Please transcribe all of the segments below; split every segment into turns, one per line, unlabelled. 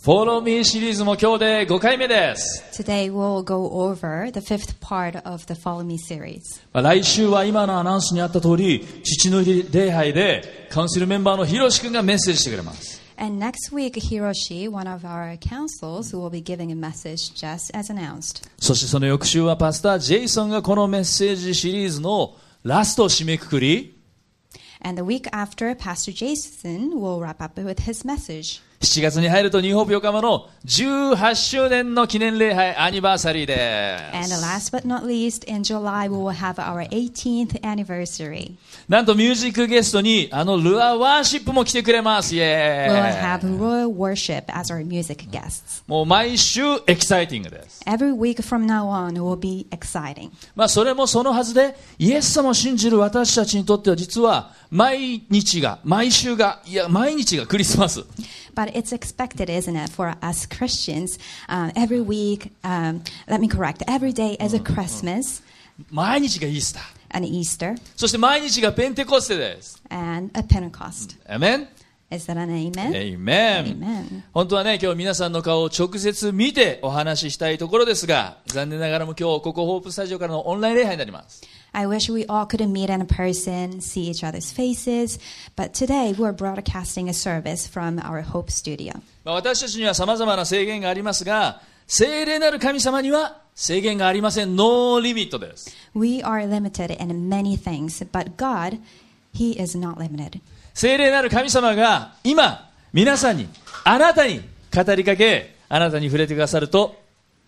Follow Me シリーズも今日で5回目です。
Today we'll go over the fifth part of the Follow Me series.
まあ来週は今のアナウンスにあった通り、父の日礼拝でカウンセルメンバーのヒロシ君がメッセージしてくれます。
And next week, Hiroshi, one of our councils, will be giving a message just as announced.
そしてその翌週はパスタージェイソンがこのメッセージシリーズのラストを締めくくり、
And the week after, Pastor Jason will wrap up with his message.
7月に入るとニューホープ横浜の18周年の記念礼拝アニバーサリーで
And
す。
last but not least, in July, we will have our 18th anniversary.
なんとミュージックゲストにあのルアーワーシップも来てくれます。イ
We will
エ
have
ーイ
royal worship as our music guests.
もう毎週エキサイティングです。
Every week from now on will be exciting.
まあそれもそのはずで、イエス様を信じる私たちにとっては実は毎日が、毎週が、いや毎日がクリスマス。
But it's expected, isn't it, for us Christians? Um, every week, um, let me correct, every day is a Christmas,
毎日がイースター。
an Easter,
そして毎日がペンテコステです。
and a Pentecost.
アメン
Is that an amen?
エイメン
Amen.
本当はね、今日皆さんの顔を直接見てお話ししたいところですが、残念ながらも今日、ここホープスタジオからのオンライン礼拝になります。
I wish we all could meet in person, see each other's faces, but today we're broadcasting a service from our Hope Studio.
まあ、私たちには様々な制限がありますが、聖霊なる神様には制限がありません。ノーリミットです。
We are limited in many things, but God, He is not limited.
聖霊なる神様が今皆さんにあなたに語りかけあなたに触れてくださると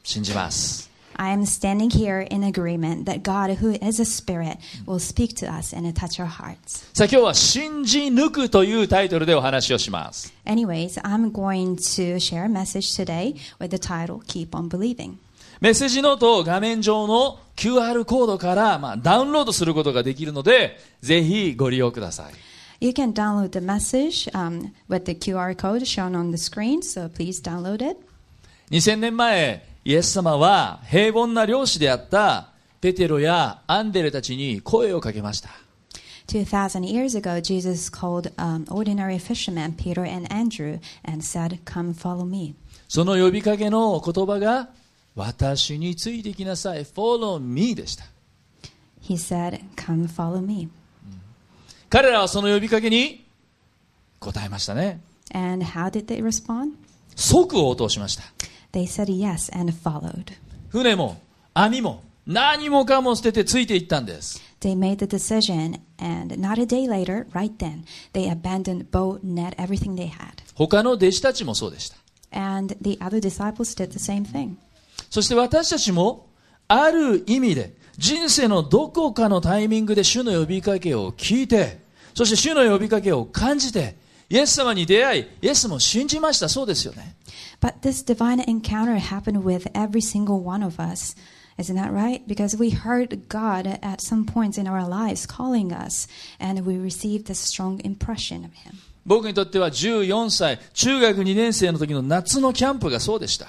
信じます
I am standing here in agreement that God, who is a spirit, will speak to us and touch our hearts.
さあ今日は「信じ抜く」というタイトルでお話をします
Anyways, I'm going to share a message today with the title Keep on Believing.
メッセージノートを画面上の QR コードから、まあ、ダウンロードすることができるのでぜひご利用ください
You can download the message um, with the QR code shown on the screen, so please download it.
2000年前イエス様は平凡な漁師であったペテロやアンデレたちに声をかけました
2,000 years ago, Jesus called um, ordinary fishermen Peter and Andrew and said, Come follow me.
その呼びかけの言葉が私についてきなさい、follow me でした。
He said, Come follow me.
彼らはその呼びかけに答えましたね。
And how did they respond?
即応答しました。
They said yes and followed.
船も網も何もかも捨ててついていったんです。
They made the decision, and not a day later, right then, they abandoned boat, net, everything they had.
他の弟子たちもそうでした。
And the other disciples did the same thing.
そして私たちもある意味で人生のどこかのタイミングで主の呼びかけを聞いて、そして主の呼びかけを感じて、イエス様に出会い、イエス様を信じました。そうですよね。
But this divine encounter happened with every single one of us. Isn't that right? Because we heard God at some points in our lives calling us, and we received a strong impression of Him.
僕にとっては14歳、中学2年生の時の夏のキャンプがそうでした。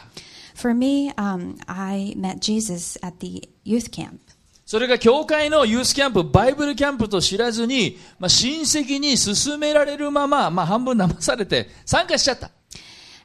For me, um, I met Jesus at the youth camp.
それが教会のユースキャンプ、バイブルキャンプと知らずに、まあ、親戚に勧められるまま、まあ、半分騙されて参加しちゃった。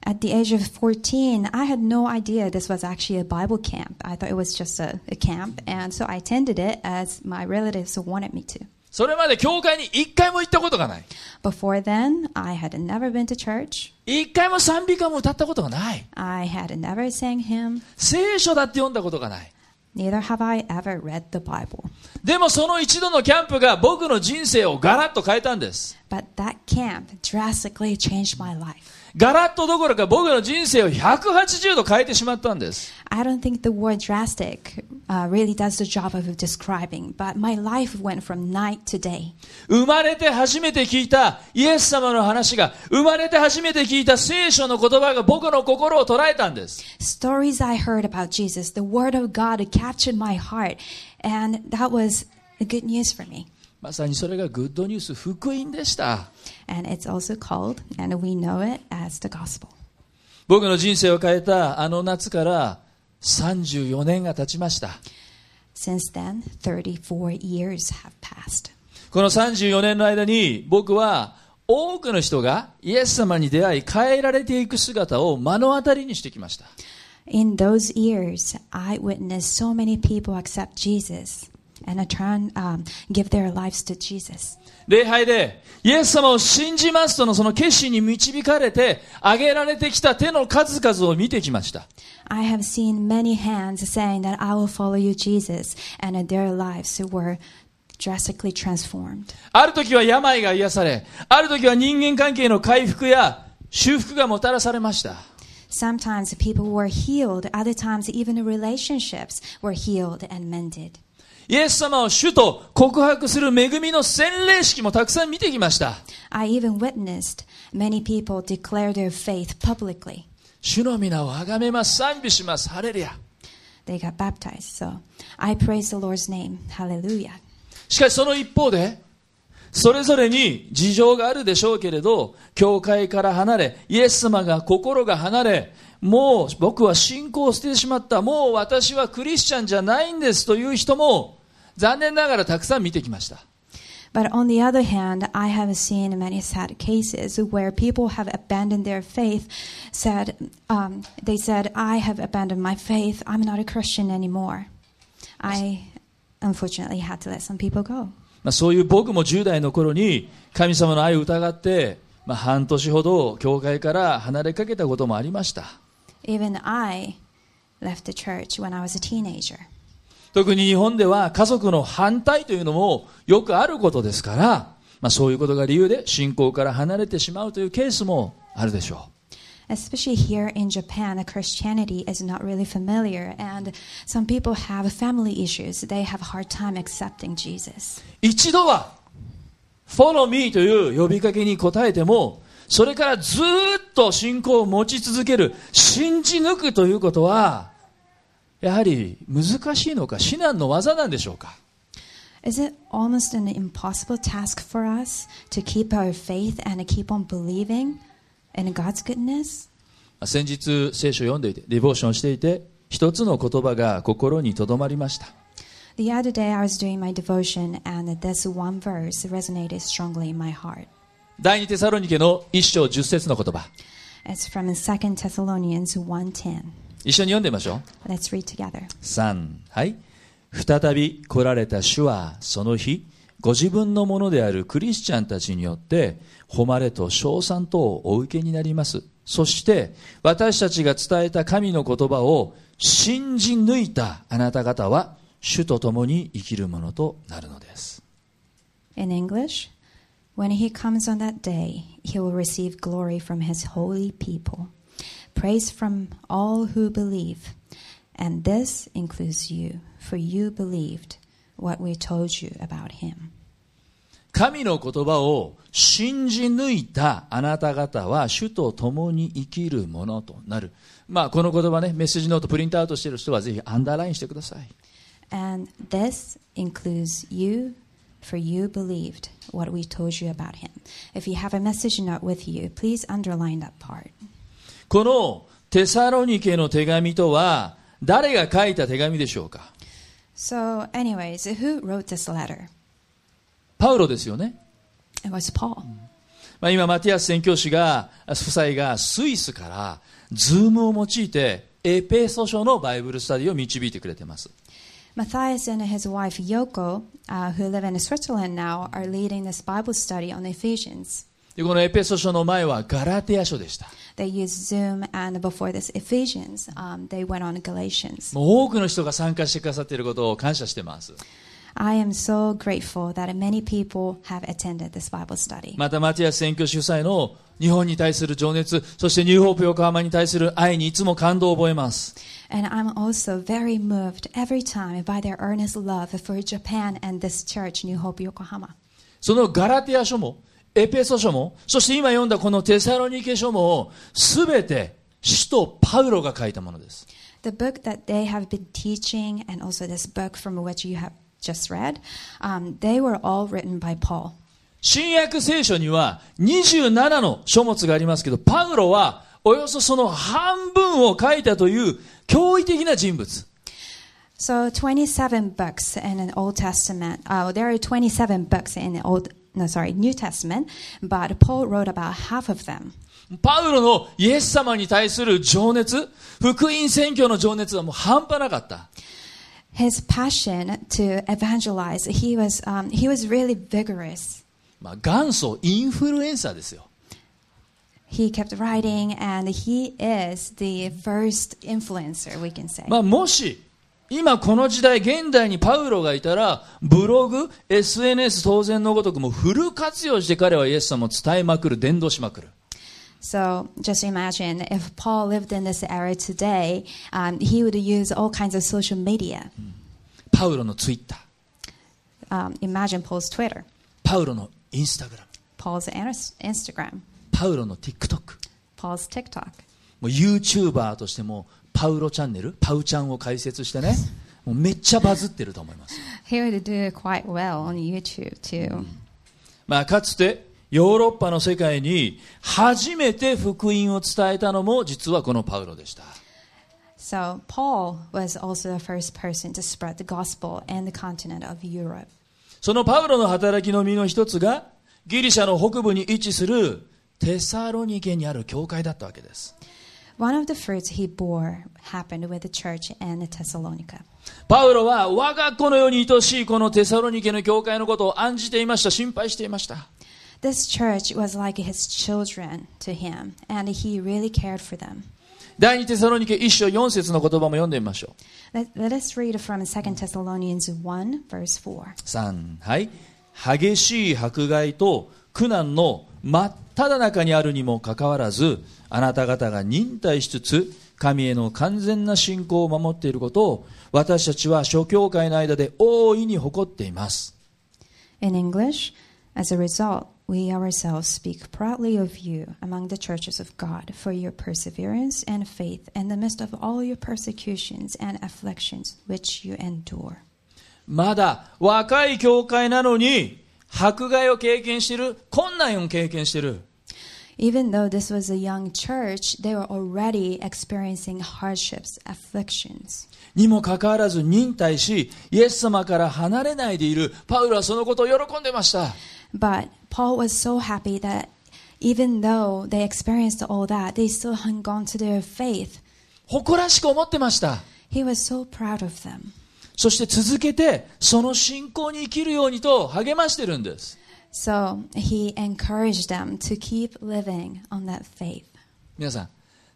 At the age of 14, I had no idea this was actually a Bible camp. I thought it was just a, a camp, and so I attended it as my relatives wanted me to.
それまで教会に一回も行ったことがない。
Before then, I had never been to church.
一回も賛美歌も歌ったことがない。
I had never sang hymn.
聖書だって読んだことがない。
Neither have I ever read the Bible.
でもその一度のキャンプが僕の人生をガラッと変えたんです。
But that camp drastically changed my life.
ガラッとどころか僕の人生を180度変えてしまったんです。
I don't think the word drastic uh, really does the job of describing, but my life went from night to day.
生まれて初めて聞いたイエス様の話が、生まれて初めて聞いた聖書の言葉が僕の心を捉えたんです。
Stories I heard about Jesus, the Word of God captured my heart, and that was the good news for me.
まさにそれがグッドニュース福音でした。
And it's also called, and we know it as the gospel.
僕の人生を変えたあの夏から34年が経ちました。
Since then, 34 years have passed.
この34年の間に僕は多くの人がイエス様に出会い変えられていく姿を目の当たりにしてきました
In those years, I witnessed so many people accept Jesus and I turn, um, give their lives to Jesus.
礼拝でイエス様を信じますとのその決心に導かれて挙げられてきた手の数々を見てきました
I have seen many hands saying that I will follow you, Jesus, and their lives were drastically transformed.
ある時は病が癒されある時は人間関係の回復や修復がもたらされました
Sometimes people were healed, other times, even relationships were healed and mended.
イエス様を主と告白する恵みの洗礼式もたくさん見てきました
I even witnessed many people declare their faith publicly.
主の皆をあがめます賛美しますハレルヤ
They got baptized. So I praise the Lord's name. Hallelujah.
しかしその一方で、それぞれに事情があるでしょうけれど、教会から離れ、イエス様が心が離れ、もう僕は信仰を捨ててしまった、もう私はクリスチャンじゃないんですという人も、残念ながらたくさん見てきました。
But on the other hand, I have seen many sad cases where people have abandoned their faith. Said um, they said, "I have abandoned my faith. I'm not a Christian anymore." I unfortunately had to let some people go.
まあ、そういう僕も10代の頃に、神様の愛を疑って、まあ、半年ほど教会から離れかけたこともありました。
Even I left the church when I was a teenager.
特に日本では家族の反対というのもよくあることですから、まあ、そういうことが理由で信仰から離れてしまうというケースもあるでしょ
Especially here in Japan, Christianity is not really familiar, and some people have family issues. They have a hard time accepting Jesus.
う一度は「Follow me」という呼びかけに応えてもそれからずっと信仰を持ち続ける信じ抜くということはやはり難しいのか至難の技なんでしょうか
Is it almost an impossible task for us to keep our faith and keep on believing in God's goodness?
まあ先日聖書を読んでいてディボーションしていて一つの言葉が心に留まりました
The other day I was doing my devotion, and this one verse resonated strongly in my heart.
第二テサロニケの一章十節の言葉
It's from 2 Thessalonians 1:10.
一緒に読んでみましょう
Let's read together.
3はい再び来られた主はその日ご自分のものであるクリスチャンたちによって誉れと称賛とをお受けになりますそして私たちが伝えた神の言葉を信じ抜いたあなた方は主と共に生きるものとなるのです
In English, when he comes on that day, he will receive glory from his holy people, praise from all who believe. And this includes you, for you believed what we told you about him.
神の言葉を信じ抜いたあなた方は主と共に生きるものとなる。まあ、この言葉ね、メッセージノートプリントアウトしている人はぜひアンダーラインしてください。
And this includes you, for you believed what we told you about him. If you have a message note with you, please underline that part.
このテサロニケの手紙とは誰が書いた手紙でしょうか
So, anyways, who wrote this letter?
パウロですよね。
It was Paul.
まあ、今、マティアス宣教師が、夫妻がスイスからズームを用いてエペソ書のバイブルスタディを導いてくれてます。
Matthias and his wife Yoko, uh, who live in Switzerland now, are leading this Bible study on Ephesians.
で、このエペソ書の前はガラテヤ書でした。
They used Zoom, and before this Ephesians, um, they went on Galatians.
もう多くの人が参加してくださっていることを感謝してます。
I am so grateful that many people have attended this Bible study.
また、マティアス選挙主催の日本に対する情熱、そしてニューホープ横浜に対する愛にいつも感動を覚えます。
And I'm also very moved every time by their earnest love for Japan and this church, New Hope Yokohama.
そのガラテア書も、エペソ書も、そして今読んだこのテサロニケ書も、すべて使徒パウロが書いたものです。
The book that they have been teaching, and also this book from which you have just read, um, they were all written by Paul.
新約聖書には27の書物がありますけど、パウロはおよそその半分を書いたという驚異的な人物。
uh, So 27 books in an Old Testament. Oh, there are 27 books in the Old no, sorry, New Testament, but Paul wrote about half of them.
パウロのイエス様に対する情熱、福音宣教の情熱はもう半端なかった。
His passion to evangelize, he was, um, he was really vigorous.
まあ、元祖インフルエンサーですよ。
He kept writing, and he is the first influencer, we can say.
まあ、もし、今この時代、現代にパウロがいたら、ブログ、SNS 当然のごとくもうフル活用して彼はイエス様を伝えまくる、伝道しまくる。
So just imagine if Paul lived in this era today, um, he would use all kinds of social media.
パウロのツイッター、
Um, imagine Paul's Twitter,
パウロのインスタグラム、
Paul's Anis- Instagram,
パウロの TikTok、
Paul's TikTok.
もう YouTuber としても、パウロチャンネル、パウちゃんを開設してね、もうめっちゃバズってると思います。
He would do quite well on YouTube too.
まあ、かつてヨーロッパの世界に初めて福音を伝えたのも実はこのパウロでした。
So Paul was also the first person to spread the gospel in the continent of Europe.
そのパウロの働きの身の一つがギリシャの北部に位置するテサロニケにある教会だったわけです。
One of the fruits he bore happened with the church in Thessalonica.
パウロは我が子のように愛しいこのテサロニケの教会のことを案じていました。心配していました。
This church was like his children to him, and he really cared for them.
第二テサロニケ一章四節の言葉も読んでみましょう。
Let, let us read from 2 Thessalonians 1, verse 4.
3はい激しい迫害と苦難の真っ只中にあるにもかかわらずあなた方が忍耐しつつ神への完全な信仰を守っていることを私たちは諸教会の間で大いに誇っています
In English, as a result, we ourselves speak proudly of you among the churches of God for your perseverance and faith in the midst of all your persecutions and afflictions which you endure.
まだ若い教会なのに迫害を経験している困難を経験している
Even though this was a young church, they were already experiencing hardships, afflictions.
にもかかわらず忍耐しイエス様から離れないでいるパウロはそのことを喜んでました
But Paul was so happy that even though they experienced all that, they still hung on to their faith.
誇らしく思ってました
He was so proud of them.
そして続けて、その信仰に生きるようにと励ましてるんです。
So he encouraged them to keep living on that faith.
皆さん、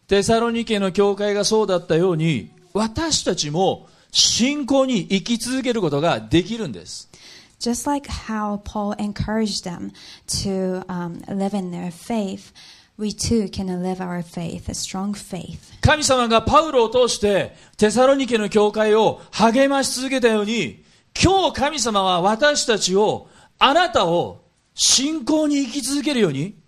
テサロニケの教会がそうだったように、私たちも信仰に生き続けることができるんです。
Just like how Paul encouraged them to um, live in their faith, we too can live our faith, a strong faith.
神様がパウロを通して、テサロニケの教会を励まし続けたように、今日神様は私たちを、あなたを信仰に生き続けるように、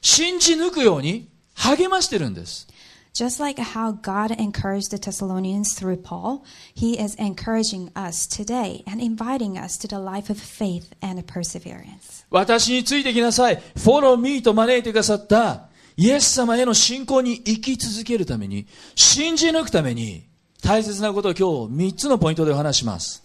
信じ抜くように励ましてるんです。
Just like how God encouraged the Thessalonians through Paul, he is encouraging us today and inviting us to the life of faith and perseverance.
私についてきなさい。フォローミーと招いてくださった、イエス様への信仰に生き続けるために、信じ抜くために、大切なことを今日3つのポイントでお話します。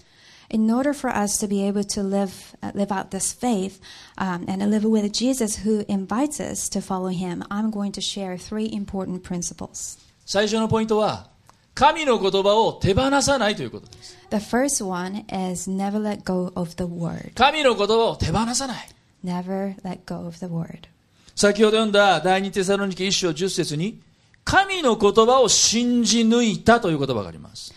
In order for us to be able to live, uh, live out this faith um, and live with Jesus who invites us to follow him, I'm going to share three important principles.
最初のポイントは、神の言葉を手放さないということです。
The first one is never let go of the word.
神の言葉を手放さない。
Never let go of the word.
先ほど読んだ第二テサロニケ一章10節に、神の言葉を信じ抜いたという言葉があります。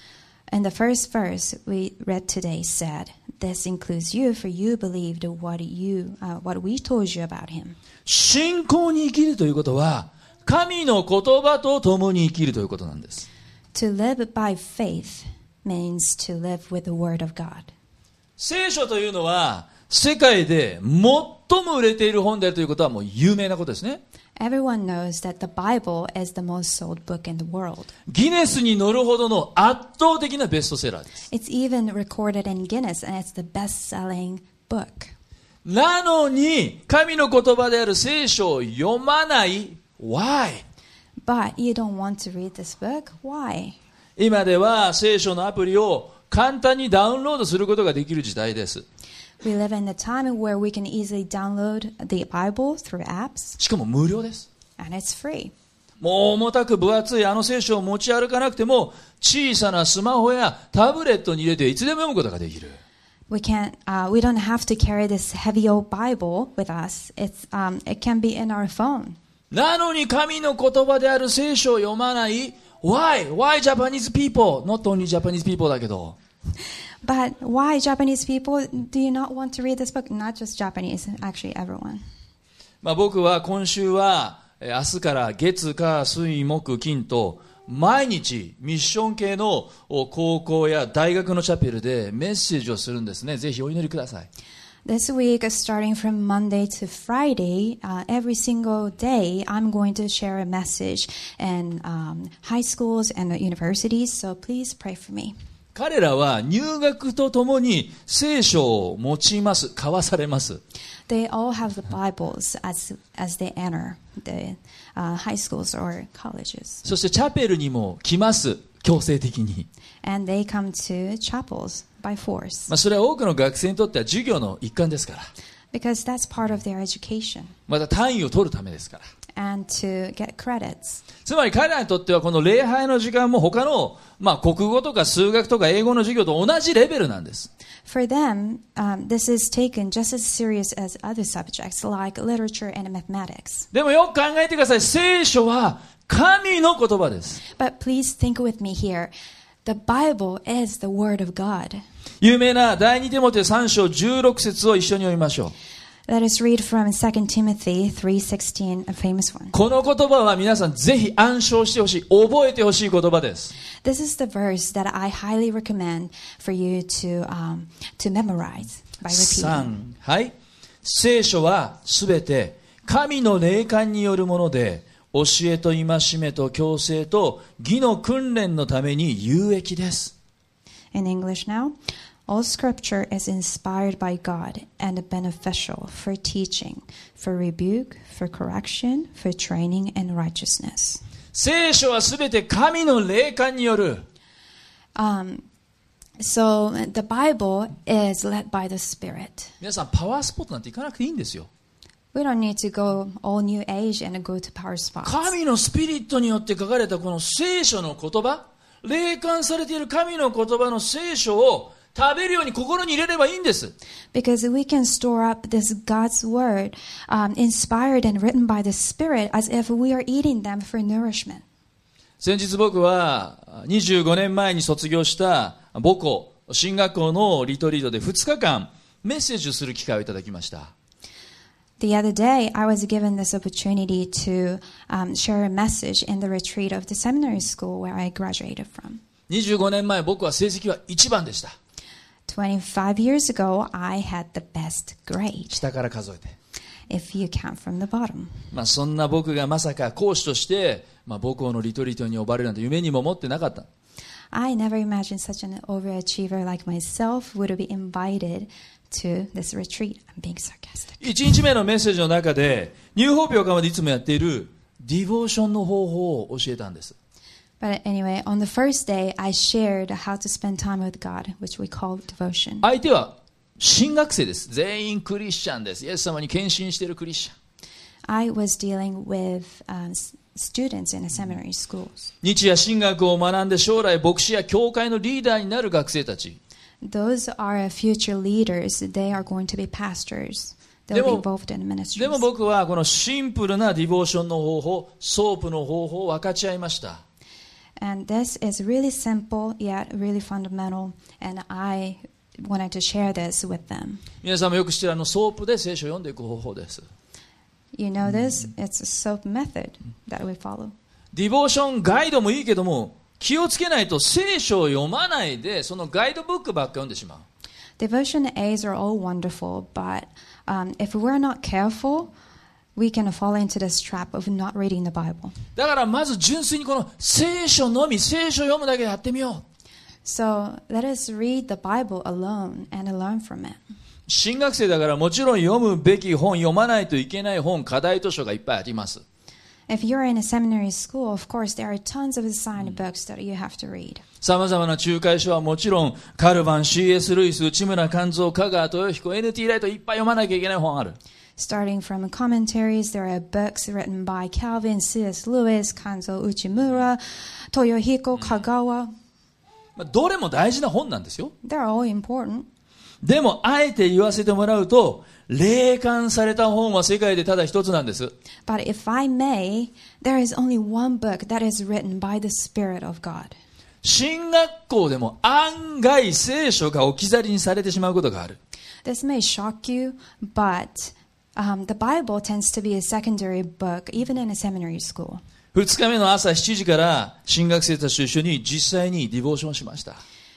And the first verse we read today said, "This includes you, for you believed what you uh, what we told you about him."
信仰に生きるということは、神の言葉と共に生きるということなんです。
To live by faith means to live with the word of God.
聖書というのは世界で最も売れている本であるということはもう有名なことですね
Everyone knows that the Bible is the most sold book in the world.
ギネスに載るほどの圧倒的なベストセラーです
It's even recorded in Guinness, and it's the best-selling book.
なのに神の言葉である聖書を読まない Why?
But you don't want to read this book. Why?
今では聖書のアプリを簡単にダウンロードすることができる時代です
We live in a time where we can easily download the Bible through apps,
しかも無料です。
and it's free.
もう重たく分厚いあの聖書を持ち歩かなくても、小さなスマホやタブレットに入れていつでも読むことができる。
We can't. Uh, we don't have to carry this heavy old Bible with us. It's. Um, it can be in our phone.
なのに神の言葉である聖書を読まない。Why? Why Japanese people? Not only Japanese people だけど。
But why, Japanese people, do you not want to read this book? Not just Japanese, actually, everyone.
まあ僕は今週は、えー明日から月、火、水、木、金と、毎日ミッション系のお高校や大学のチャペルでメッセージをするんですね。ぜひお祈りください。
This week, starting from Monday to Friday, uh, every single day, I'm going to share a message in um, high schools and universities. So please pray for me.
彼らは入学とともに聖書を持ちます。交わされます。
They all have the Bibles as as they enter the uh, high schools or colleges,
そしてチャペルにも来ます。強制的に。
and they come to chapels by force
まあそれは多くの学生にとっては授業の一環ですから。
because that's part of their education
また単位を取るためですから。
and to get credits.
つまり彼らにとってはこの礼拝の時間も他の、まあ、国語とか数学とか英語の授業と同じレベルなんです。
For them, um, this is taken just as serious as other subjects like literature and mathematics.
でもよく考えてください。聖書は神の言葉です。
But please think with me here. The Bible is the Word of God.
有名な第二テモテ3章16節を一緒に読みましょう。
Let us read from 2 Timothy 3:16, a famous one.
この言葉は皆さんぜひ暗唱してほしい。覚えてほしい言葉です。
This is the verse that I highly recommend for you to um, to memorize by repeating.
3はい聖書はすべて神の霊感によるもので教えと戒めと強制と義の訓練のために有益です
In English now, all scripture is inspired by God and beneficial for teaching, for rebuke, for correction, for training in righteousness.
聖書はすべて神の霊感による
Um, so the Bible is led by the Spirit.
皆さんパワースポットなんて行かなくていいんですよ
We don't need to go all new age and go to power spots.
神のスピリットによって書かれたこの聖書の言葉霊感されている神の言葉の聖書を食べるように心に入れればいいんです
Because we can store up this God's word, um, inspired and written by the Spirit, as if we are eating them for nourishment.
先日僕は25年前に卒業した母校進学校のリトリートで2日間メッセージをする機会をいただきました
The other day, I was given this opportunity to um, share a message in the retreat of the seminary school where I graduated from.
25年前僕は成績は1番でした
25 years ago, I had the best grade,
下から数えて、
if you count from the bottom.
まあ、そんな僕がまさか講師として、まあ、母校のリトリートに呼ばれるなんて夢にも思ってなかった
I never imagined such an overachiever like myself would be invited to this retreat. I'm being sarcastic.
1日目のメッセージの中でニューホープ横浜でいつもやっているディボーションの方法を教えたんです
But anyway, on the first day, I shared how to spend time with God, which we call devotion.
相手は新学生です全員クリスチャンですイエス様に献身しているクリスチャン
I was dealing with um, s- students in a seminary schools.
日夜神学を学んで将来牧師や教会のリーダーになる学生たち
Those are future leaders. They are going to be pastors. They'll be
でも、
involved in
で
ministries.
も僕はこのシンプルなディボーションの方法ソープの方法を分かち合いました
And this is really simple, yet really fundamental. And I wanted to share this with them.
皆さんもよく知ってるあのソープで聖書を読んでいく方法です
You know this? It's a soap method that we follow.
ディボーションガイドもいいけども気をつけないと聖書を読まないでそのガイドブックばっか読んでしまう
Devotion aids are all wonderful, but um, if we're not careful, we can fall into this trap of not reading the Bible.
だからまず純粋にこの聖書のみ聖書を読むだけでやってみよう
So let us read the Bible alone and learn from it.
新学生だからもちろん読むべき本読まないといけない本課題図書がいっぱいあります
If you're in a seminary school, of course, there are tons of assigned books that you have to read.
さまざまな仲介書はもちろん、カルバン、C.S. ルイス、内村勘三、香川豊彦、N.T. ライト、いっぱい読まなきゃいけない本ある。
Starting from commentaries, there are books written by Calvin, C.S. Lewis, Kanzo Uchimura, Toyohiko Kagawa.
まあどれも大事な本なんですよ。
They're all important.
でも、あえて言わせてもらうと、霊感された本は世界でただ一つなんです。
But if I may, there is only one book that is written by the Spirit of God.
進学校でも案外聖書が置き去りにされてしまうことがある。
This may shock you, but um, the Bible tends to be a secondary book, even in a seminary school.
2日目の朝7時から新学生たちと一緒に実際にディボーションしました。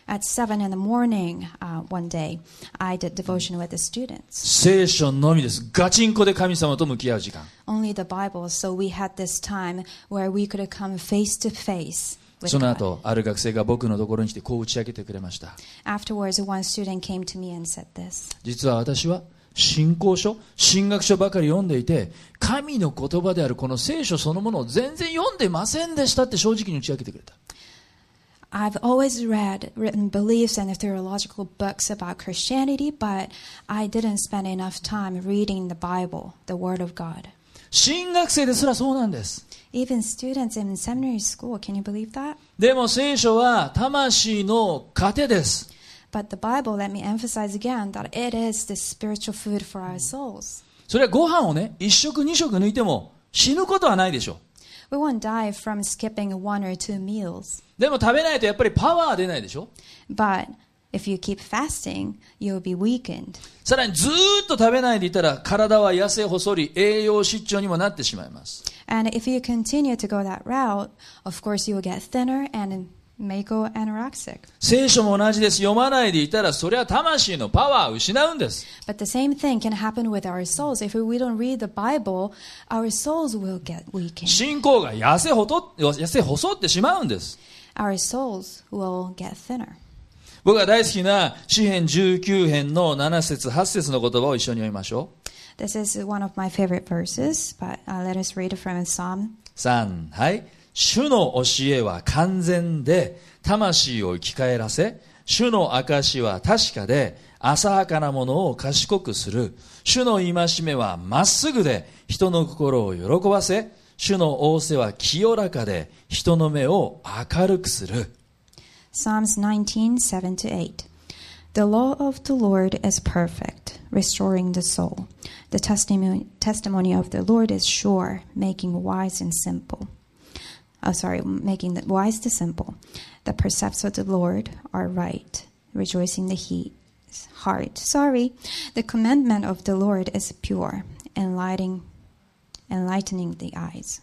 At 7 in the morning, uh, one day, I did devotion with the students,
聖書のみです。ガチンコで神様と向き合う時間。
only the Bible, so we had this time where we could come face to face. with
その
God.
後、ある学生が僕のところに来てこう打ち明けてくれました。
Afterwards, one student came to me and said this
実は私は信仰書、神学書ばかり読んでいて、神の言葉であるこの聖書そのものを全然読んでませんでしたって正直に打ち明けてくれた。
I've always read written beliefs and theological books about Christianity, but I didn't spend enough time reading the Bible, the Word of God.
新学生ですらそうなんです。
Even students in seminary school, can you believe that?
でも聖書は魂の糧です。
But the Bible, let me emphasize again that it is the spiritual food for our souls.
それはご飯をね、一食二食抜いても死ぬことはないでしょ
We won't die from skipping one or two meals.
う。でも食べないとやっぱりパワーは出ないでしょ
But if you keep fasting, you'll be weakened.
さらにずーっと食べないでいたら体は痩せ細り栄養失調にもなってしまいます。
And if you continue to go that route, of course, you will get thinner and may go anorexic.
聖書も同じです。読まないでいたらそれは魂のパワーを失うんです。
But the same thing can happen with our souls. If we don't read the Bible, our souls will get weakened.
信仰が痩せほと痩せ細ってしまうんです。
Our souls will get thinner.
僕が大好きな詩編19編の7節8節の言葉を一緒に読みましょう。
This is one of my favorite verses, but uh, let us read it from a psalm.
3、はい。主の教えは完全で、魂を生き返らせ、主の証は確かで、浅はかなものを賢くする。主の戒めはまっすぐで、人の心を喜ばせ、主の仰せは清らかで、人の目を明るくする。
Psalms 19, 7 to 8. The law of the Lord is perfect, restoring the soul. The testimony, testimony of the Lord is sure, making wise and simple. Oh, sorry, making the wise the simple. The precepts of the Lord are right, rejoicing the he, heart. Sorry. The commandment of the Lord is pure, enlightening, enlightening the eyes.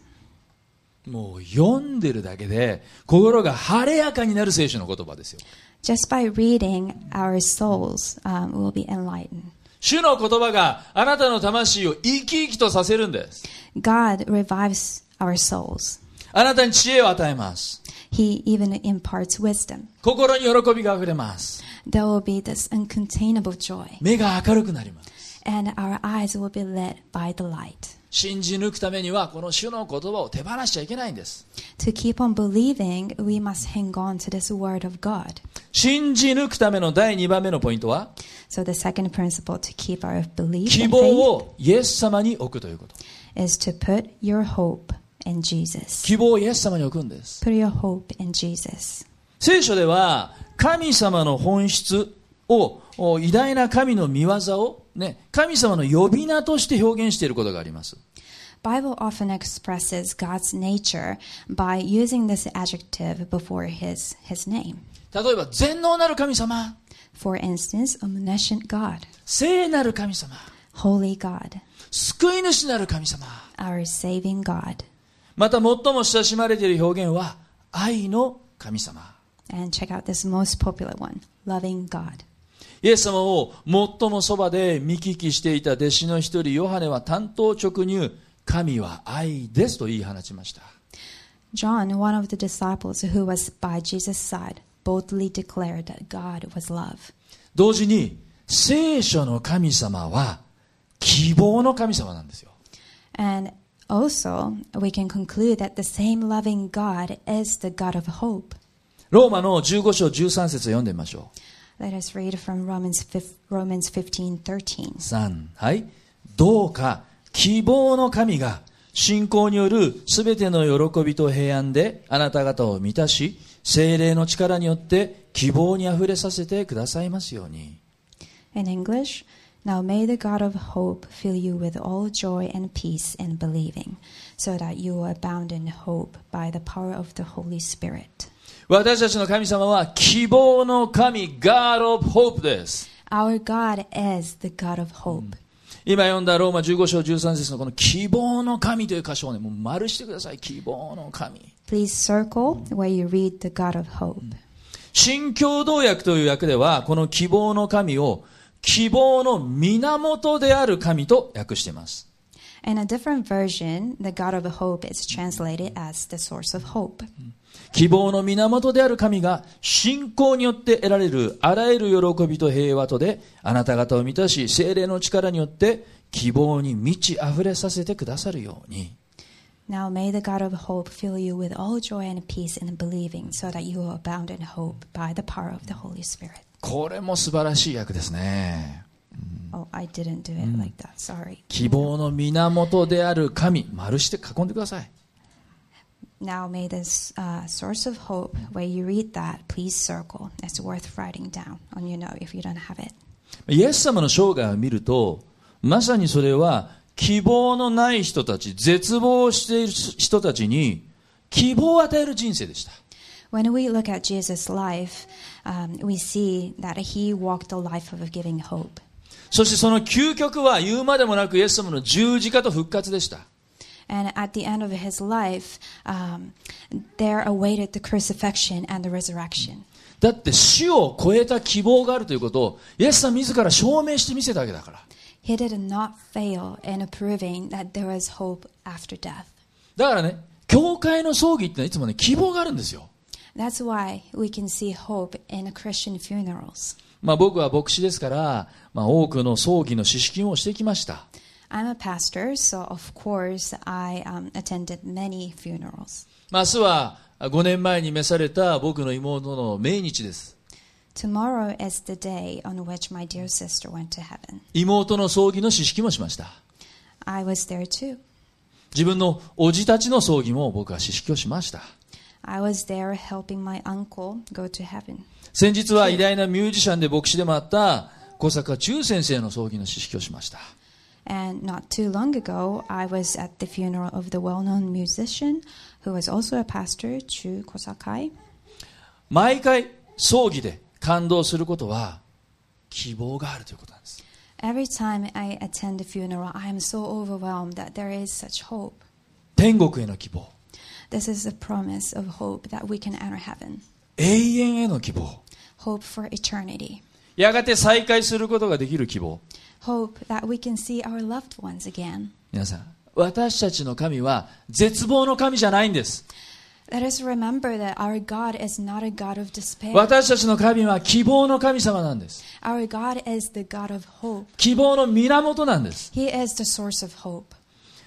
もう読んでるだけで心が晴れやかになる聖書の言葉ですよ。
Just by reading, our souls um, will be enlightened.
主の言葉があなたの魂を生き生きとさせるんです。
God revives our souls.
あなたに知恵を与えます。
He even imparts wisdom.
心に喜びが溢れます。
There will be this uncontainable joy,
目が明るくなります。
and our eyes will be lit by the light.
信じ抜くためにはこの主の言葉を手放しちゃいけないんです。
To keep on believing, we must hang on to this word of God.
信じ抜くための第2番目のポイントは
So, the second principle to keep our belief
希
and
望
faith
をイエス様に置くということ。
is to put your hope in Jesus.
希望をイエス様に置くんです。
Put your hope in Jesus.
聖書では神様の本質をお偉大な神の見業を、ね、神様の呼び名として表現していることがあります。
Bible often expresses God's nature by using this adjective before his his name.
例えば、全能なる神様、
For instance, omniscient God,
聖なる神様、
holy God,
救い主なる神様。
our saving God.
また最も親しまれている表現は、愛の神様。
And check out this most popular one, loving God.
イエス様を最もそばで見聞きしていた弟子の一人、ヨハネは単刀直入、神は愛ですと言い放ちました。
John, one of the disciples who was by Jesus' side, boldly declared that God was love.
同時に聖書の神様は希望の神様なんですよ。
And Also, we can conclude that the same loving God is the God of hope.
ローマの15章13節を読んでみましょ
Let us read from Romans, 5, Romans 15 13.
う。3、はい。どうか希望の神が信仰によるすべての喜びと平安であなた方を満たし、精霊の力によって希望に溢れさせてくださいますように。
In English, now may the God of hope fill you with all joy and peace in believing, so that you will abound in hope by the power of the Holy Spirit.
私たちの神様は希望の神、God of Hope です。
Our God is the God of hope.
今読んだローマ15章13節のこの希望の神という箇所をね、もう丸してください。希望の神。
Please circle where you read the God of hope.
新共同訳という訳では、この希望の神を希望の源である神と訳しています。
In a different version, the God of hope is translated as the source of hope.
希望の源である神が信仰によって得られるあらゆる喜びと平和とであなた方を満たし、精霊の力によって希望に満ち溢れさせてくださるように。
Now may the God of hope fill you with all joy and peace in believing, so that you will abound in hope by the power of the Holy Spirit.
これも素晴らしい訳ですね。
Oh, I didn't do it like that. Sorry.
希望の源である神、丸して囲んでください。
Now may this uh, source of hope, where you read that, please circle. It's worth writing down on your note if you don't have it.
イエス様の生涯を見ると、まさにそれは希望のない人たち、絶望している人たちに希望を与える人生でした。
When we look at Jesus' life, um, we see that he walked a life of giving hope.
そしてその究極は言うまでもなくイエス様の十字架と復活でした。
And at the end of his life, um, there awaited the crucifixion and the resurrection.
だって死を超えた希望があるということをイエス様自ら証明してみせたわけだから。
He did not fail in proving that there is hope after death.
だからね、教会の葬儀ってのはいつもね、希望があるんですよ。
That's why we can see hope in Christian funerals.
まあ僕は牧師ですから、まあ多くの葬儀の指揮をしてきました。
I'm a pastor, so of course I um, attended many funerals.
まあ明日は5年前に召された僕の妹の命日です。
Tomorrow is the day on which my dear sister went to heaven.
妹の葬儀の指揮もしました。
I was there too.
自分の叔父たちの葬儀も僕は指揮をしました。
I was there helping my uncle go to heaven.
先日は偉大なミュージシャンで牧師でもあった小坂忠先生の葬儀の指揮をしました。
And not too long ago, I was at the funeral of the well known musician who was also a pastor, Chu Kosakai.
毎回葬儀で感動することは希望があるということなんです。
Every time I attend a funeral, I am so overwhelmed that there is such hope.
天国への希望、
This is the promise of hope that we can enter heaven,
永遠への希望、
hope for eternity,
やがて再会することができる希望。
hope that we can see our loved ones again.
皆さん、私たちの神は絶望の神じゃないんです。
Let us remember that our God is not a God of despair.
私たちの神は希望の神様なんです。
Our God is the God of hope.
希望の源なんです。
He is the source of hope.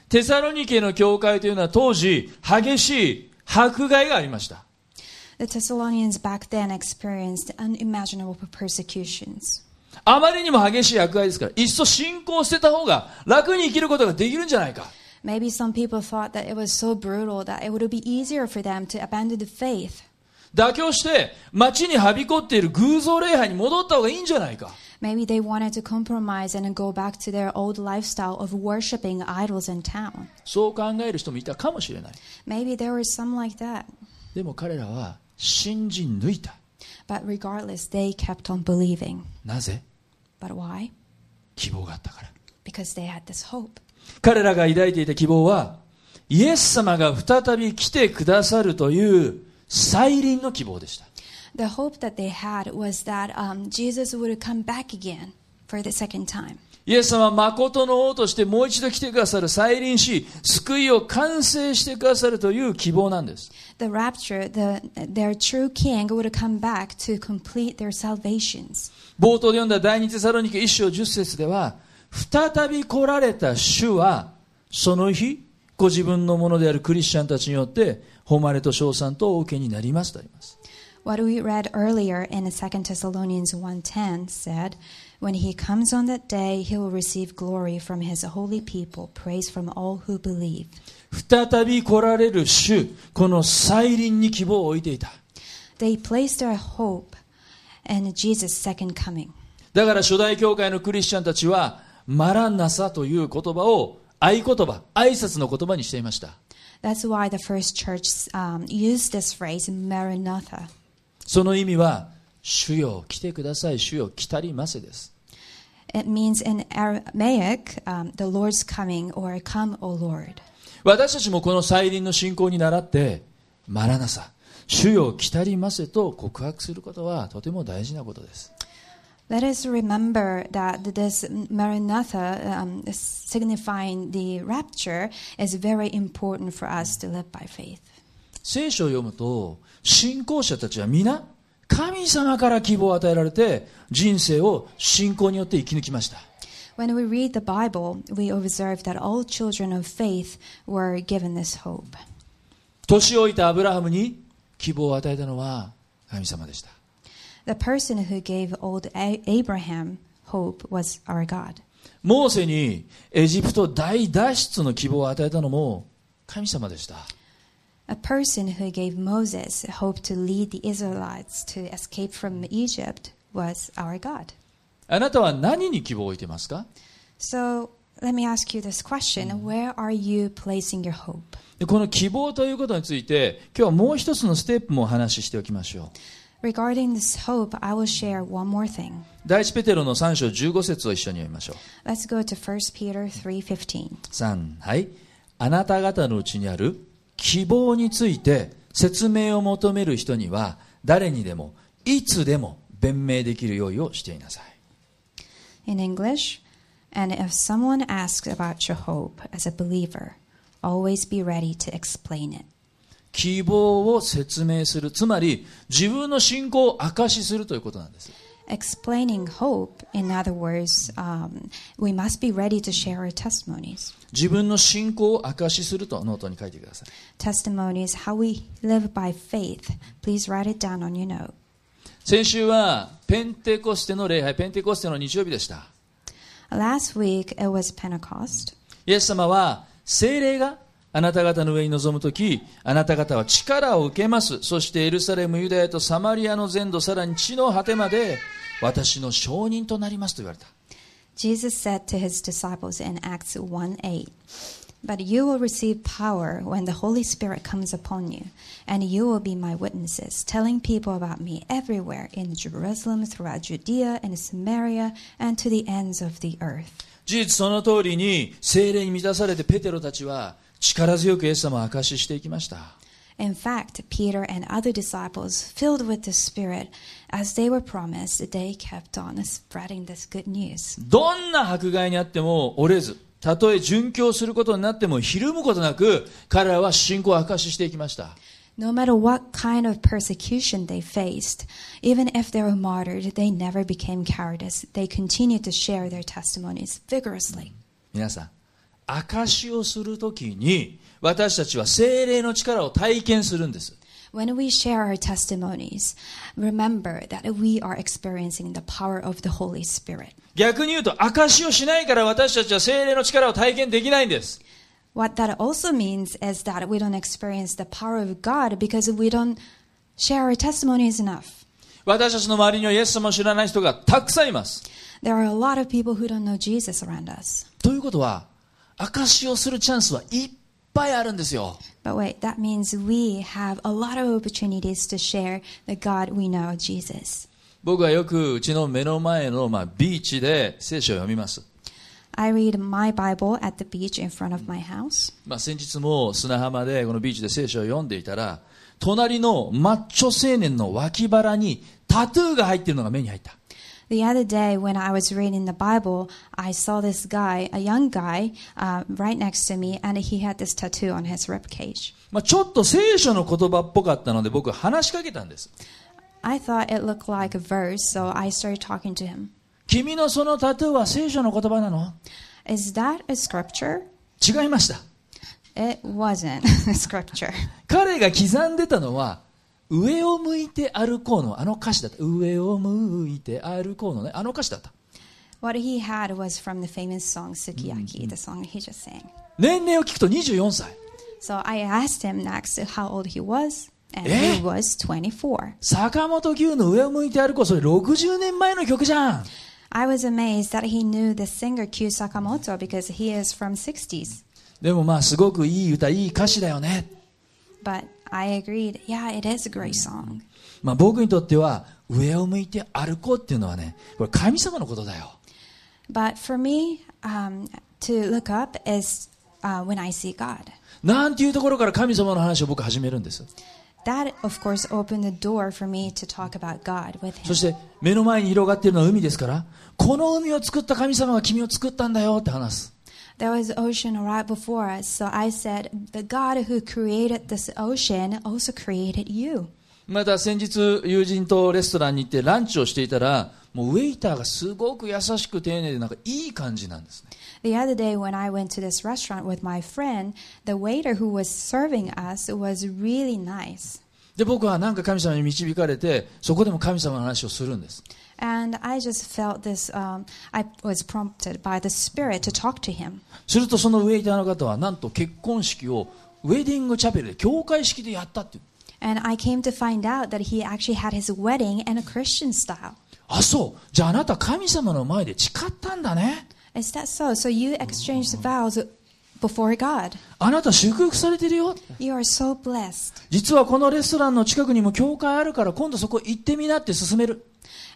テサロニケの教会というのは当時激しい迫害がありました。
The Thessalonians back then experienced unimaginable persecutions.
あまりにも激しい迫害ですから、いっそ信仰を捨てた方が楽に生きることができるんじゃないか。
Maybe some people thought that it was so brutal that it would be easier for them to abandon the faith.
妥協して街にはびこっている偶像礼拝に戻った方がいいんじゃないか。
Maybe they wanted to compromise and go back to their old lifestyle of worshiping idols in town.
そう考える人もいたかもしれない。
Maybe there were some like that.
でも彼らは信じ抜いた。
But regardless, they kept on believing.
なぜ
But why?
希望があったから。
Because they had this hope.
彼らが抱いていた希望は、イエス様が再び来てくださるという再臨の希望でした。
The hope that they had was that um, Jesus would come back again for the second time.
イエス様は誠の王としてもう一度来てくださる、再臨し、救いを完成してくださるという希望なんです。
The rapture, the, their true king would come back to complete their salvations.
冒頭で読んだ第二テサロニケ一章十節では、再び来られた主は、その日、ご自分のものであるクリスチャンたちによって誉れと称賛とお受けになりますとあります
What we read earlier in 2 Thessalonians 1:10 said, "When he comes on that day, he will receive glory from his holy people, praise from all who believe."
再び来られる主この再臨に希望を置いていた
They place their hope in Jesus' second coming.
だから初代教会のクリスチャンたちはマランナサという言葉を合言葉挨拶の言葉にしていました
That's why the first church um, used this phrase, Maranatha.
その意味は主よ来てください主よ来たりませです
It means in Aramaic, um, the Lord's coming or come, O Lord.
私たちもこの再臨の信仰に倣ってマラナサ主よ来たりませと告白することはとても大事なことです
Let us remember that this Maranatha, um, signifying the rapture, is very important for us to live by faith.
聖書を読むと信仰者たちは皆神様から希望を与えられて人生を信仰によって生き抜きました
When we read the Bible, we observe that all children of faith were given this hope.
年老いたアブラハムに希望を与えたのは神様でした
The person who gave old A- Abraham hope was our God.
モーセにエジプト大脱出の希望を与えたのも神様でした
A person who gave Moses hope to lead the Israelites to escape from Egypt was our God.
あなたは何に希望を置いてますか
So let me ask you this question Where are you placing your hope?
でこの希望ということについて今日はもう一つのステップもお話ししておきましょ
Regarding this hope, I will share one more thing.
う第一ペテロの3章15節を一緒に読みましょう
Let's go to 1 Peter 3:15.
3はいあなた方のうちにある希望について説明を求める人には誰にでもいつでも弁明できる用意をしていなさい
In English, and if someone asks about your hope as a believer, always be ready to explain it.
希望を説明するつまり自分の信仰を証しするということなんです
Explaining hope, in other words, um, we must be ready to share our testimonies.
自分の信仰を証しするとノートに書いてください
Testimonies, how we live by faith. Please write it down on your note.
先週はペンテコステの礼拝ペンテコステの日曜日でした
Last week it was Pentecost.
イエス様は聖霊があなた方の上に臨むとき、あなた方は力を受けます。そしてエルサレム、ユダヤとサマリアの全土、さらに地の果てまで私の証人となりますと言われた。
Jesus said to his disciples in Acts 1 8, But you will receive power when the Holy Spirit comes upon you, and you will be my witnesses, telling people about me everywhere in Jerusalem, throughout Judea and Samaria, and to the ends of the earth.
事実その通りに聖霊に満たされてペテロたちは力強くイエス様を証ししていきました。
In fact, Peter and other disciples, filled with the Spirit, as they were promised, they kept on spreading this good news.
どんな迫害にあっても折れず、たとえ殉教することになってもひるむことなく、彼らは信仰を証ししていきました。
No matter what kind of persecution they faced, even if they were martyred, they never became cowardice. They continued to share their testimonies vigorously.
皆さん証しをするときに私たちは精霊の力を体験するんです
When we share our testimonies, remember that we are experiencing the power of the Holy Spirit.
逆に言うと証しをしないから私たちは精霊の力を体験できないんです
What that also means is that we don't experience the power of God because we don't share our testimonies enough.
私たちの周りにはイエス様を知らない人がたくさんいます
There are a lot of people who don't know Jesus around us.
ということは証しをするチャンスはいっぱいあるんですよ
But wait, that means we have a lot of opportunities to share the God we know, Jesus.
僕はよくうちの目の前の、まあ、ビーチで聖書を読みます、
I read my Bible at the beach in front of my house.
まあ、先日も砂浜でこのビーチで聖書を読んでいたら隣のマッチョ青年の脇腹にタトゥーが入っているのが目に入った
The other day, when I was reading the Bible, I saw this guy, a young guy, uh, right next to me, and he had this tattoo on his ribcage.
まあ、ちょっと聖書の言葉っぽかったので僕話しかけたんです
I thought it looked like a verse, so I started talking to him.
君のそのタトゥーは聖書の言葉なの
Is that a scripture?
違いました
It It wasn't scripture.
彼が刻んでたのは上を向いて歩こうのあの歌詞だった上を向いて歩こうのねあの歌詞だった
What he had was from the famous song Sukiyaki, the song he just sang.
年齢を聞くと24歳
So I asked him next how old he was, and
Eh?
he was 24.
坂本九の上を向いて歩こうそれ60年前の曲じゃん
I was amazed that he knew the singer Q Sakamoto because he is from 60s.
でもまあすごくいい歌いい歌詞だよね、
But I agreed, yeah, it is a great song.
まあ、僕にとっては上を向いて歩こうっていうのはねこれ神様のことだよ
But for me, um, to look up is uh, when I see God.
なんていうところから神様の話を僕始めるんです
That, of course, opened the door for me to talk about God with
そ
him.
して目の前に広がっているのは海ですからこの海を作った神様が君を作ったんだよって話す
There was ocean right before us, so I said, "The God who created this ocean also created you."
また先日友人とレストランに行ってランチをしていたらもうウェイターがすごく優しく丁寧でなんかいい感じなんですね
The other day when I went to this restaurant with my friend, the waiter who was serving us was really nice.
で僕はなんか神様に導かれてそこでも神様の話をするんです
And I just felt this, um, I was prompted by the Spirit to talk to him.
するとそのウェイターの方はなんと結婚式をウェディングチャペルで教会式でやったっていう
And I came to find out that he actually had his wedding in a Christian style.
あそうじゃああなた神様の前で誓ったんだね
Is that so? So you exchanged vows before God.
あなた祝福されてるよ
You are so blessed.
実はこのレストランの近くにも教会あるから今度そこ行ってみなって勧める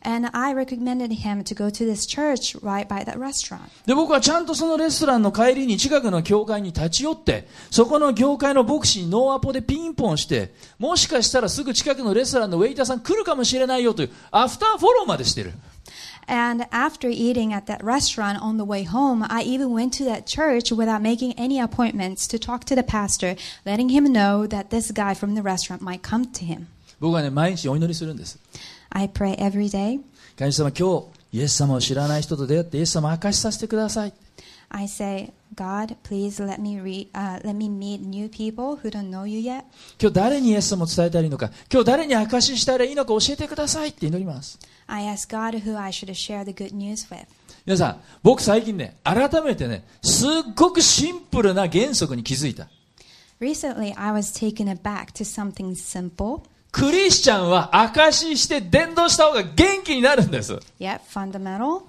And I recommended him to go to this church right by that restaurant.
で僕はちゃんとそのレストランの帰りに近くの教会に立ち寄ってそこの教会の牧師にノーアポでピンポンしてもしかしたらすぐ近くのレストランのウェイターさん来るかもしれないよというアフターフォローまでしてる
And after eating at that restaurant on the way home, I even went to that church without making any appointments to talk to the pastor, letting him know that this guy from the restaurant might come to him.
僕はね毎日お祈りするんです
I pray every day.
神様今日イエス様を知らない人と出会ってイエス様を明かしさせてください
I say, God, please let me re- uh, let me meet new people who don't know you yet.
今日誰にイエス様を伝えたらいいのか今日誰に明かししたらいいのか教えてくださいって祈ります
I ask God who I should share the good news with.
皆さん僕最近ね改めてねすっごくシンプルな原則に気づいた
Recently, I was taken aback to something simple
クリスチャンは証しして伝道した方が元気になるんです
yet fundamental.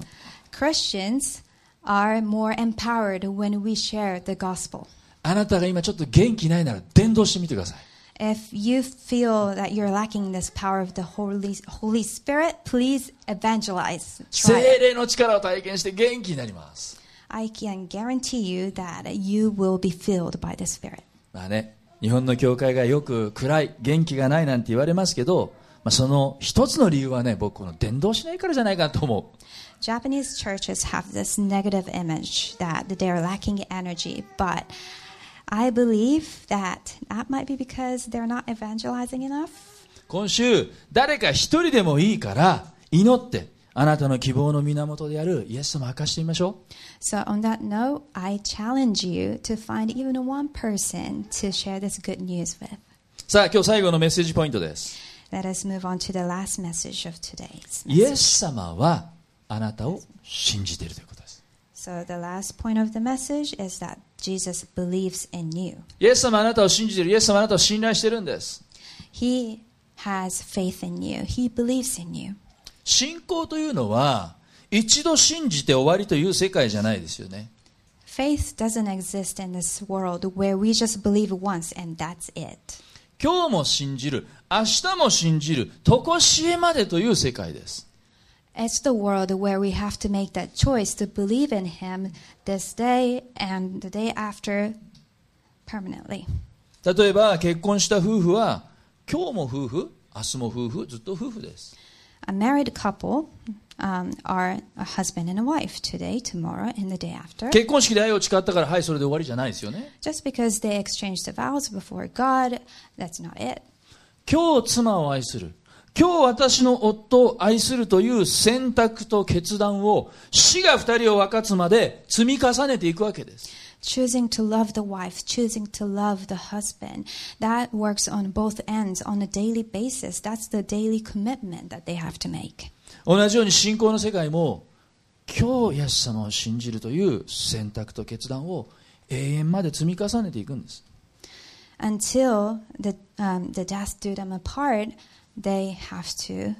Christians are more empowered when we share the gospel.
あなたが今ちょっと元気ないなら伝道してみてください
If you feel that you're lacking this power of the Holy, Holy Spirit, please evangelize.
精
Try it.
霊の力を体験して元気になります
I can guarantee you that you will be filled by the Spirit.
まあね日本の教会がよく暗い元気がないなんて言われますけど、まあ、その一つの理由はね僕この伝道しないからじゃないかなと思う
Japanese churches have this negative image that they're lacking energy, but I believe that that might be because they're not evangelizing enough.
今週誰か一人でもいいから祈ってあなたの希望の源であるイエス様を明かしてみましょう
So, on that note, I challenge you to find even one person to share this good news with.
さあ今日最後のメッセージポイントです
Let us move on to the last message of today's.
イエス様はあなたを信じているということです
So, the last point of the message is that Jesus believes in you,
イエス様はあなたを信じているイエス様はあなたを信頼してるんです
He has faith in you, He believes in you.
信仰というのは一度信じて終わりという世界じゃないですよね
Faith doesn't exist in this world where we just believe once and that's it.
今日も信じる明日も信じる常しえまでという世界です
It's the world where we have to make that choice to believe in Him this day and the day after permanently.
例えば結婚した夫婦は今日も夫婦明日も夫婦ずっと夫婦です
A married couple um, are a husband and a wife today, tomorrow, and the day after.
結婚式で愛を誓ったからはいそれで終わりじゃないですよね
Just because they exchanged the vows before God, that's not it.
今日妻を愛する今日私の夫を愛するという選択と決断を死が二人を分かつまで積み重ねていくわけです
choosing to love the wife, choosing to love the husband. That works on both ends on a daily basis. That's the daily commitment that they have to make.
同じように信仰の世界も今日イエス様を信じるという選択と決断を永遠まで積み重ねていくんです
Until the, um, the death do them apart, they have to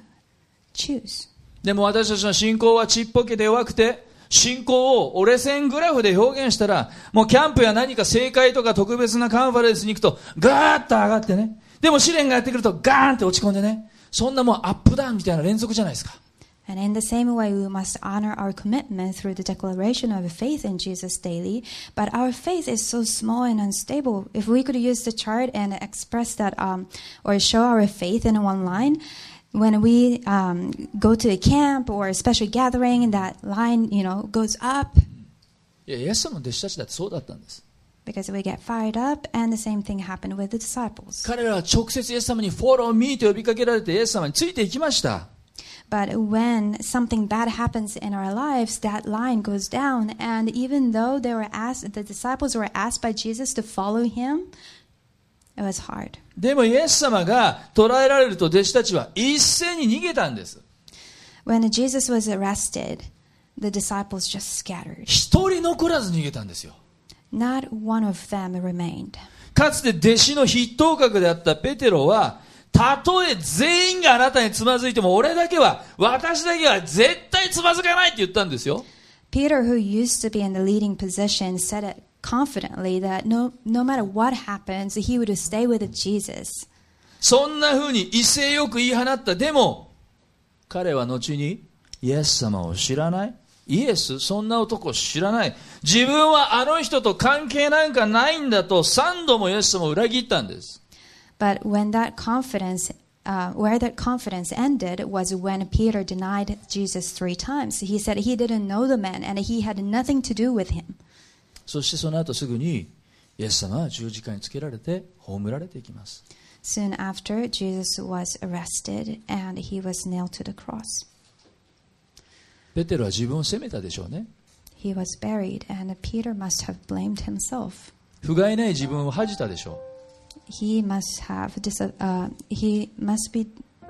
choose.
でも私たちの信仰はちっぽけで弱くて信仰を折れ線グラフで表現したらもうキャンプや何か正解とか特別なカンファレンスに行くとガーッと上がってねでも試練がやってくるとガーンって落ち込んでねそんなもうアップダウンみたいな連続じゃないですか
And in the same way, we must honor our commitment through the declaration of faith in Jesus daily. But our faith is so small and unstable. If we could use the chart and express that um, or show our faith in one line, when we um, go to a camp or a special gathering, that line, you know, goes up
いやイエス様の弟子たちだってそうだったんです
because we get fired up. And the same thing happened with the disciples.
彼らは直接イエス様にフォローミーと呼びかけられてイエス様についていきました
But when something bad happens in our lives, that line goes down. And even though they were asked, the disciples were asked by Jesus to follow him, it was hard.
でもイエス様が捕らえられると弟子たちは一斉に逃げたんです
When Jesus was arrested, the disciples just scattered.
一人残らず逃げたんですよ
Not one of them remained.
かつて弟子の筆頭格であったペテロは、たとえ全員があなたにつまずいても、俺だけは、私だけは絶対つまずかないって言ったんですよ。
Peter, who used to be in the leading position, said it confidently that no, no matter what happens, he would stay with Jesus.
そんな風に威勢よく言い放った。でも、彼は後に、イエス様を知らないイエス、そんな男を知らない。自分はあの人と関係なんかないんだと、三度もイエス様を裏切ったんです。
But when that confidence, uh, where that confidence ended was when Peter denied Jesus three times. He said he didn't know the man and he had nothing to do with him.
そしてその後すぐに、イエス様は十字架につけられて、葬られていきます。
Soon after, Jesus was arrested and he was nailed to the cross.
ペテロは自分を責めたでしょうね。
He was buried, and Peter must have blamed himself.
不甲斐ない自分を恥じたでしょ
He must have dis- uh, he must be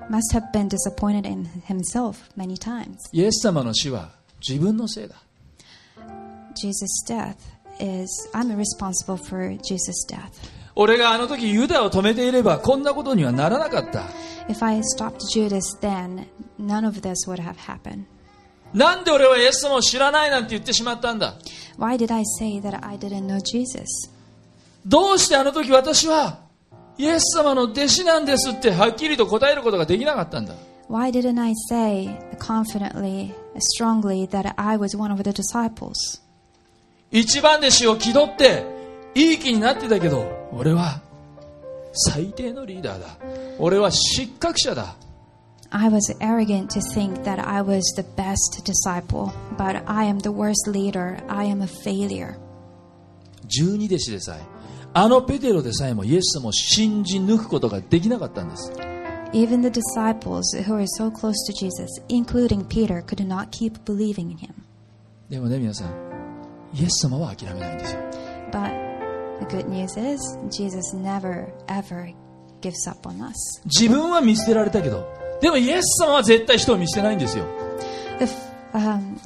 must have been disappointed in himself many times.
うイエス様の死は自分のせいだ
Jesus' death is I'm responsible for Jesus' death.
俺があの時ユダを止めていればこんなことにはならなかった
If I had stopped Judas then, none of this would have happened.
なんで俺はイエス様を知らないなんて言ってしまったんだ
Why did I say that I didn't know Jesus?
どうしてあの時私はイエス様の弟子なんですってはっきりと答えることができなかったんだ
Why didn't I say confidently, strongly, that I was one of the disciples?
一番弟子を気取っていい気になってたけど俺は最低のリーダーだ俺は失格者だ
I was arrogant to think that I was the best disciple, but I am the worst leader. I am a failure.
十二弟子でさえあのペテロでさえもイエス様を信じ抜くことができなかったんです
Even the disciples who were so close to Jesus, including Peter, could not keep believing in him.
でもね皆さんイエス様は諦めないんですよ
But the good news is, Jesus never, ever gives up on us.
自分は見捨てられたけどでもイエス様は絶対人を見捨てないんですよ
If, um,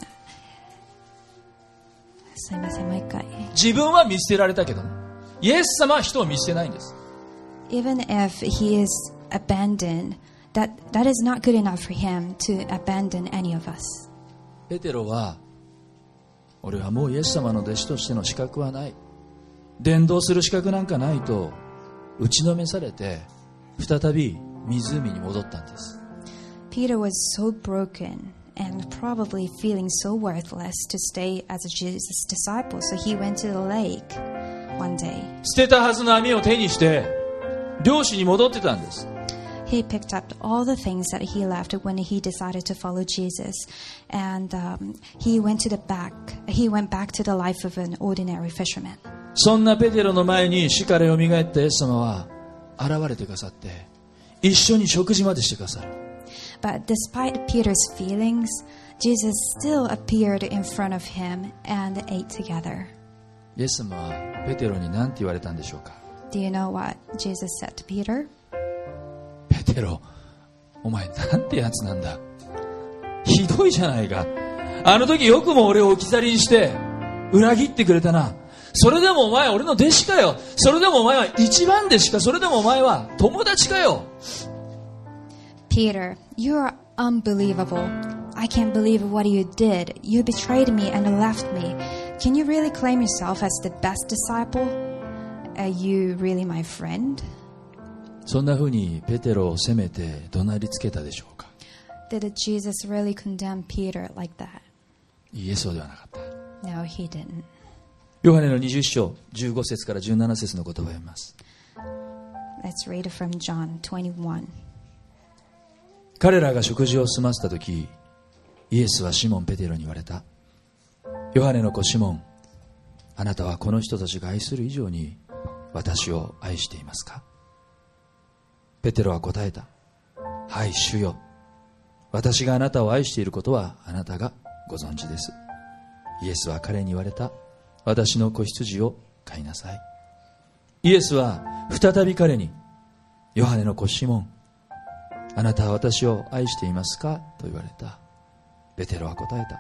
すいません、もう一回。
自分は見捨てられたけどねイエス様は人を見捨てないんです
even if he is abandoned, that, that is not good enough for him to abandon any of us.
ペテロは俺はもうイエス様の弟子としての資格はない伝道する資格なんかないと打ちのめされて再び湖に戻ったんです
Peter was so broken and probably feeling so worthless to stay as a Jesus disciple, so he went to the lake one day.
捨てたはずの網を手にして漁師に戻ってたんです
He picked up all the things that he left when he decided to follow Jesus, and um, he went to the back. He went back to the life of an ordinary fisherman.
そんなペテロの前に死から蘇ったイエス様は現れてくださって一緒に食事までしてくださる
But despite Peter's feelings, Jesus still appeared in front of him and ate together.
イエス様はペテロに何て言われたんでしょうか
Do you know what Jesus said to Peter?
ペテロ、お前なんてやつなんだ。ひどいじゃないか。あの時よくも俺を置き去りにして、裏切ってくれたな。それでもお前は俺の弟子かよ。それでもお前は一番弟子か。それでもお前は友達かよ。
Peter, you are unbelievable. I can't believe what you did. You betrayed me and left me. Can you really claim yourself as the best disciple? Are you really my friend?
そんな風にペテロを責めて怒鳴りつけたでしょうか。
Did Jesus really condemn Peter like that?
イエスではなかった。
No, he didn't.
ヨハネの21章、15節から17節の言葉を読みます。
Let's read it from John 21.
彼らが食事を済ませた時イエスはシモン・ペテロに言われたヨハネの子シモンあなたはこの人たちが愛する以上に私を愛していますかペテロは答えたはい主よ私があなたを愛していることはあなたがご存知ですイエスは彼に言われた私の子羊を飼いなさいイエスは再び彼にヨハネの子シモンあなたは私を愛していますかと言われた。ペテロは答えた。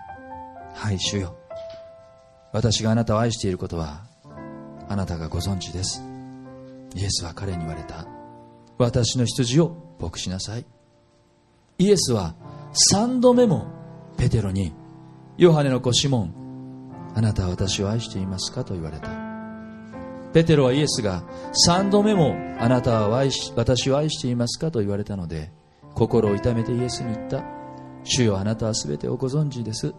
はい、主よ。私があなたを愛していることは、あなたがご存知です。イエスは彼に言われた。私の羊を牧しなさい。イエスは三度目もペテロに、ヨハネの子シモン、あなたは私を愛していますかと言われた。ペテロはイエスが三度目もあなたは愛し私を愛していますかと言われたので心を痛めてイエスに言った主よあなたは全てをご存知です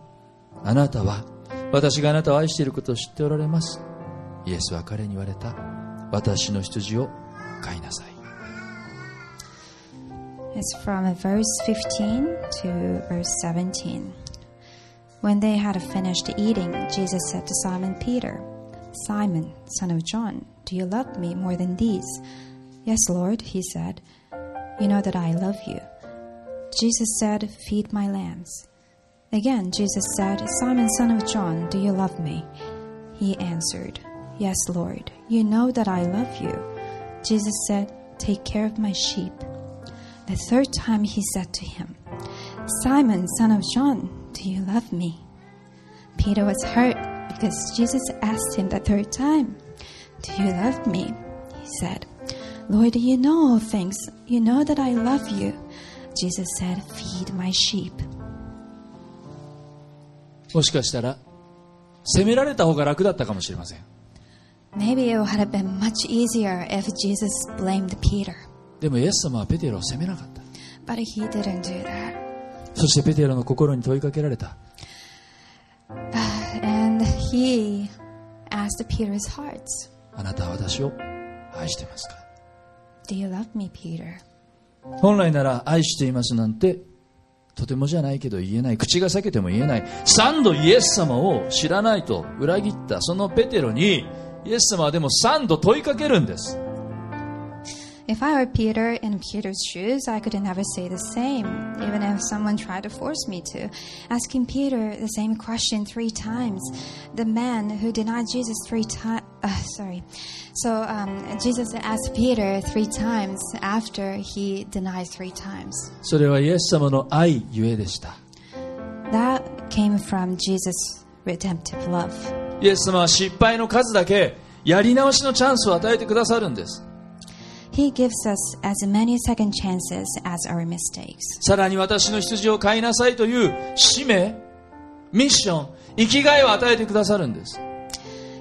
あなたは私があなたを愛していることを知っておられますイエスは彼に言われた私の羊を飼いなさい
It's from verse 15 to verse 17. When they had finished eating, Jesus said to Simon Peter, Simon, son of John, do you love me more than these? Yes, Lord, he said. You know that I love you. Jesus said, Feed my lambs. Again, Jesus said, Simon, son of John, do you love me? He answered, Yes, Lord, you know that I love you. Jesus said, Take care of my sheep. The third time he said to him, Simon, son of John, do you love me? Peter was hurt because Jesus asked him the third time, Do you love me? He said, Lord, you know all things. You know that I love you. Jesus said, Feed my sheep.
もしかしたら責められた方が楽だったかもしれません
Maybe it would have been much easier if Jesus blamed Peter,
でもイエス様はペテロを責めなかった
but he didn't do that.
そしてペテロの心に問いかけられた
And he asked Peter's hearts,
あなたは私を愛してますか
Do you love me, Peter?
本来なら愛していますなんてとてもじゃないけど言えない口が裂けても言えない三度イエス様を知らないと裏切ったそのペテロにイエス様はでも三度問いかけるんです
If I were Peter in Peter's shoes, I could never say the same, even if someone tried to force me to. Asking Peter the same question three times, the man who denied Jesus three times. Uh, sorry. So um, Jesus asked Peter three times after he denied three times.
それはイエス様の愛ゆえでした
That came from Jesus' redemptive love.
イエス様は失敗の数だけやり直しのチャンスを与えてくださるんです
He gives us as many second chances as our mistakes.
さらに私の羊を飼いなさいという使命ミッション生きがいを与えてくださるんです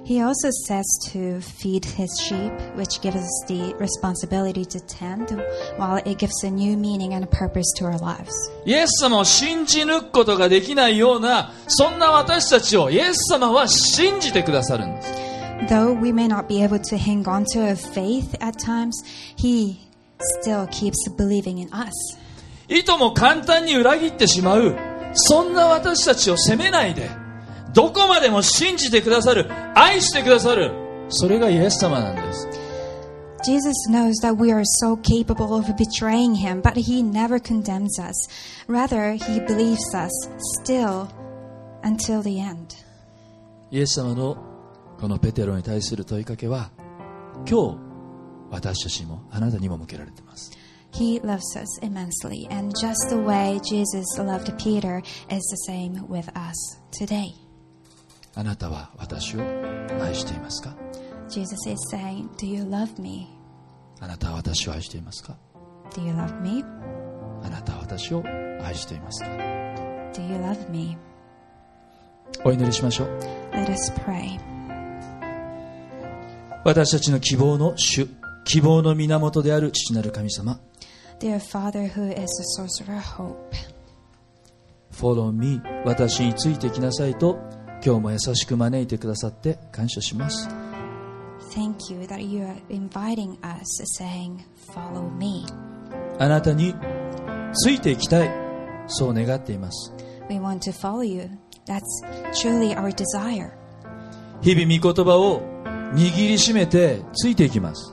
He also says to feed his sheep, which gives us the responsibility to tend, while it gives a new meaning and purpose to our lives.
イエス様を信じ抜くことができないような、そんな私たちをイエス様は信じてくださるんです。
Though we may not be able to hang on to our faith at times, he still keeps believing in us.
いとも簡単に裏切ってしまう、そんな私たちを責めないで、どこまでも信じてくださる、愛してくださる、それがイエス様なんです。
Jesus knows that we are so capable of betraying him, but he never condemns us. Rather, he believes us still until the end.
イエス様のこのペテロに対する問いかけは今日私たちもあなたにも向けられています
He loves us immensely, and just the way Jesus loved Peter is the same with us today.
あなたは私を愛していますか
Jesus is saying, Do you love me?
あなたは私を愛していますか
Do you love me?
あなたは私を愛していますか
Do you love me?
お祈りしましょう
Let us pray.
私たちの希望の主希望の源である父なる神様
Dear Father, who is the source of our hope,
Follow me 私についてきなさいと今日も優しく招いてくださって感謝します
thank you that you are inviting us, saying, Follow me.
あなたについていきたいそう願っています
We want to follow you. That's truly our desire.
日々御言葉を握りしめてついていきます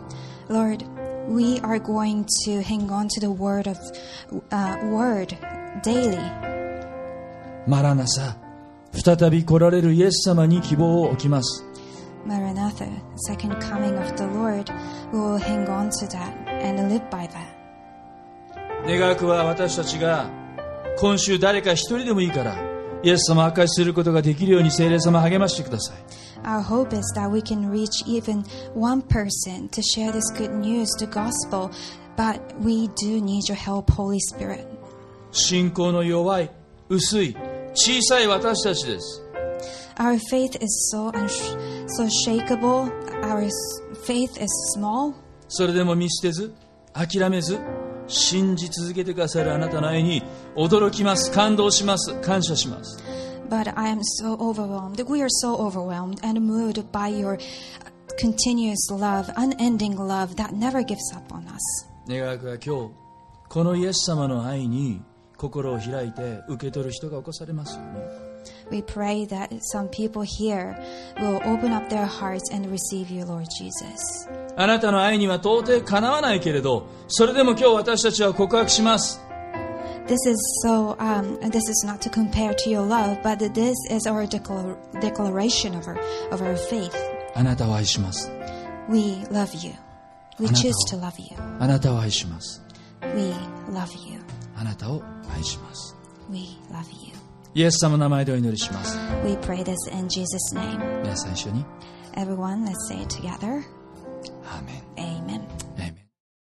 Lord, we are going to hang on to the word of uh, word daily.
マラナサ再び来られるイエス様に希望を置きます
Maranatha, second coming of the Lord, we will hang on to that and live by that.
願わくは私たちが今週誰か一人でもいいからイエス様を明かしすることができるように聖霊様励ましてください
Our hope is that we can reach even one person to share this good news, the gospel, but we do need your help, Holy Spirit.
信仰の弱い薄い小さい私たちです
Our faith is so unsh- so shakeable. Our s- faith is small,
それでも見捨てず諦めず信じ続けてくださるあなたの愛に驚きます感動します感謝します
but I am so overwhelmed. We are so overwhelmed and moved by your continuous love, unending love that never gives up on us.
願わくは今日このイエス様の愛に心を開いて受け取る人が起こされますように
We pray that some people here will open up their hearts and receive you, Lord Jesus.
あなたの愛には到底かなわないけれどそれでも今日私たちは告白します
This is so, um, this is not to compare to your love, but this is our declar- declaration of our, of our faith.
あなたを愛します
We love you. We
Another.
choose to love you.
あなたを愛します
We love you.
あなたを愛します
We love you.
イエス様の名前でお祈りします
We pray this in Jesus' name.
皆さん一緒に
Everyone, let's say it together.
アーメン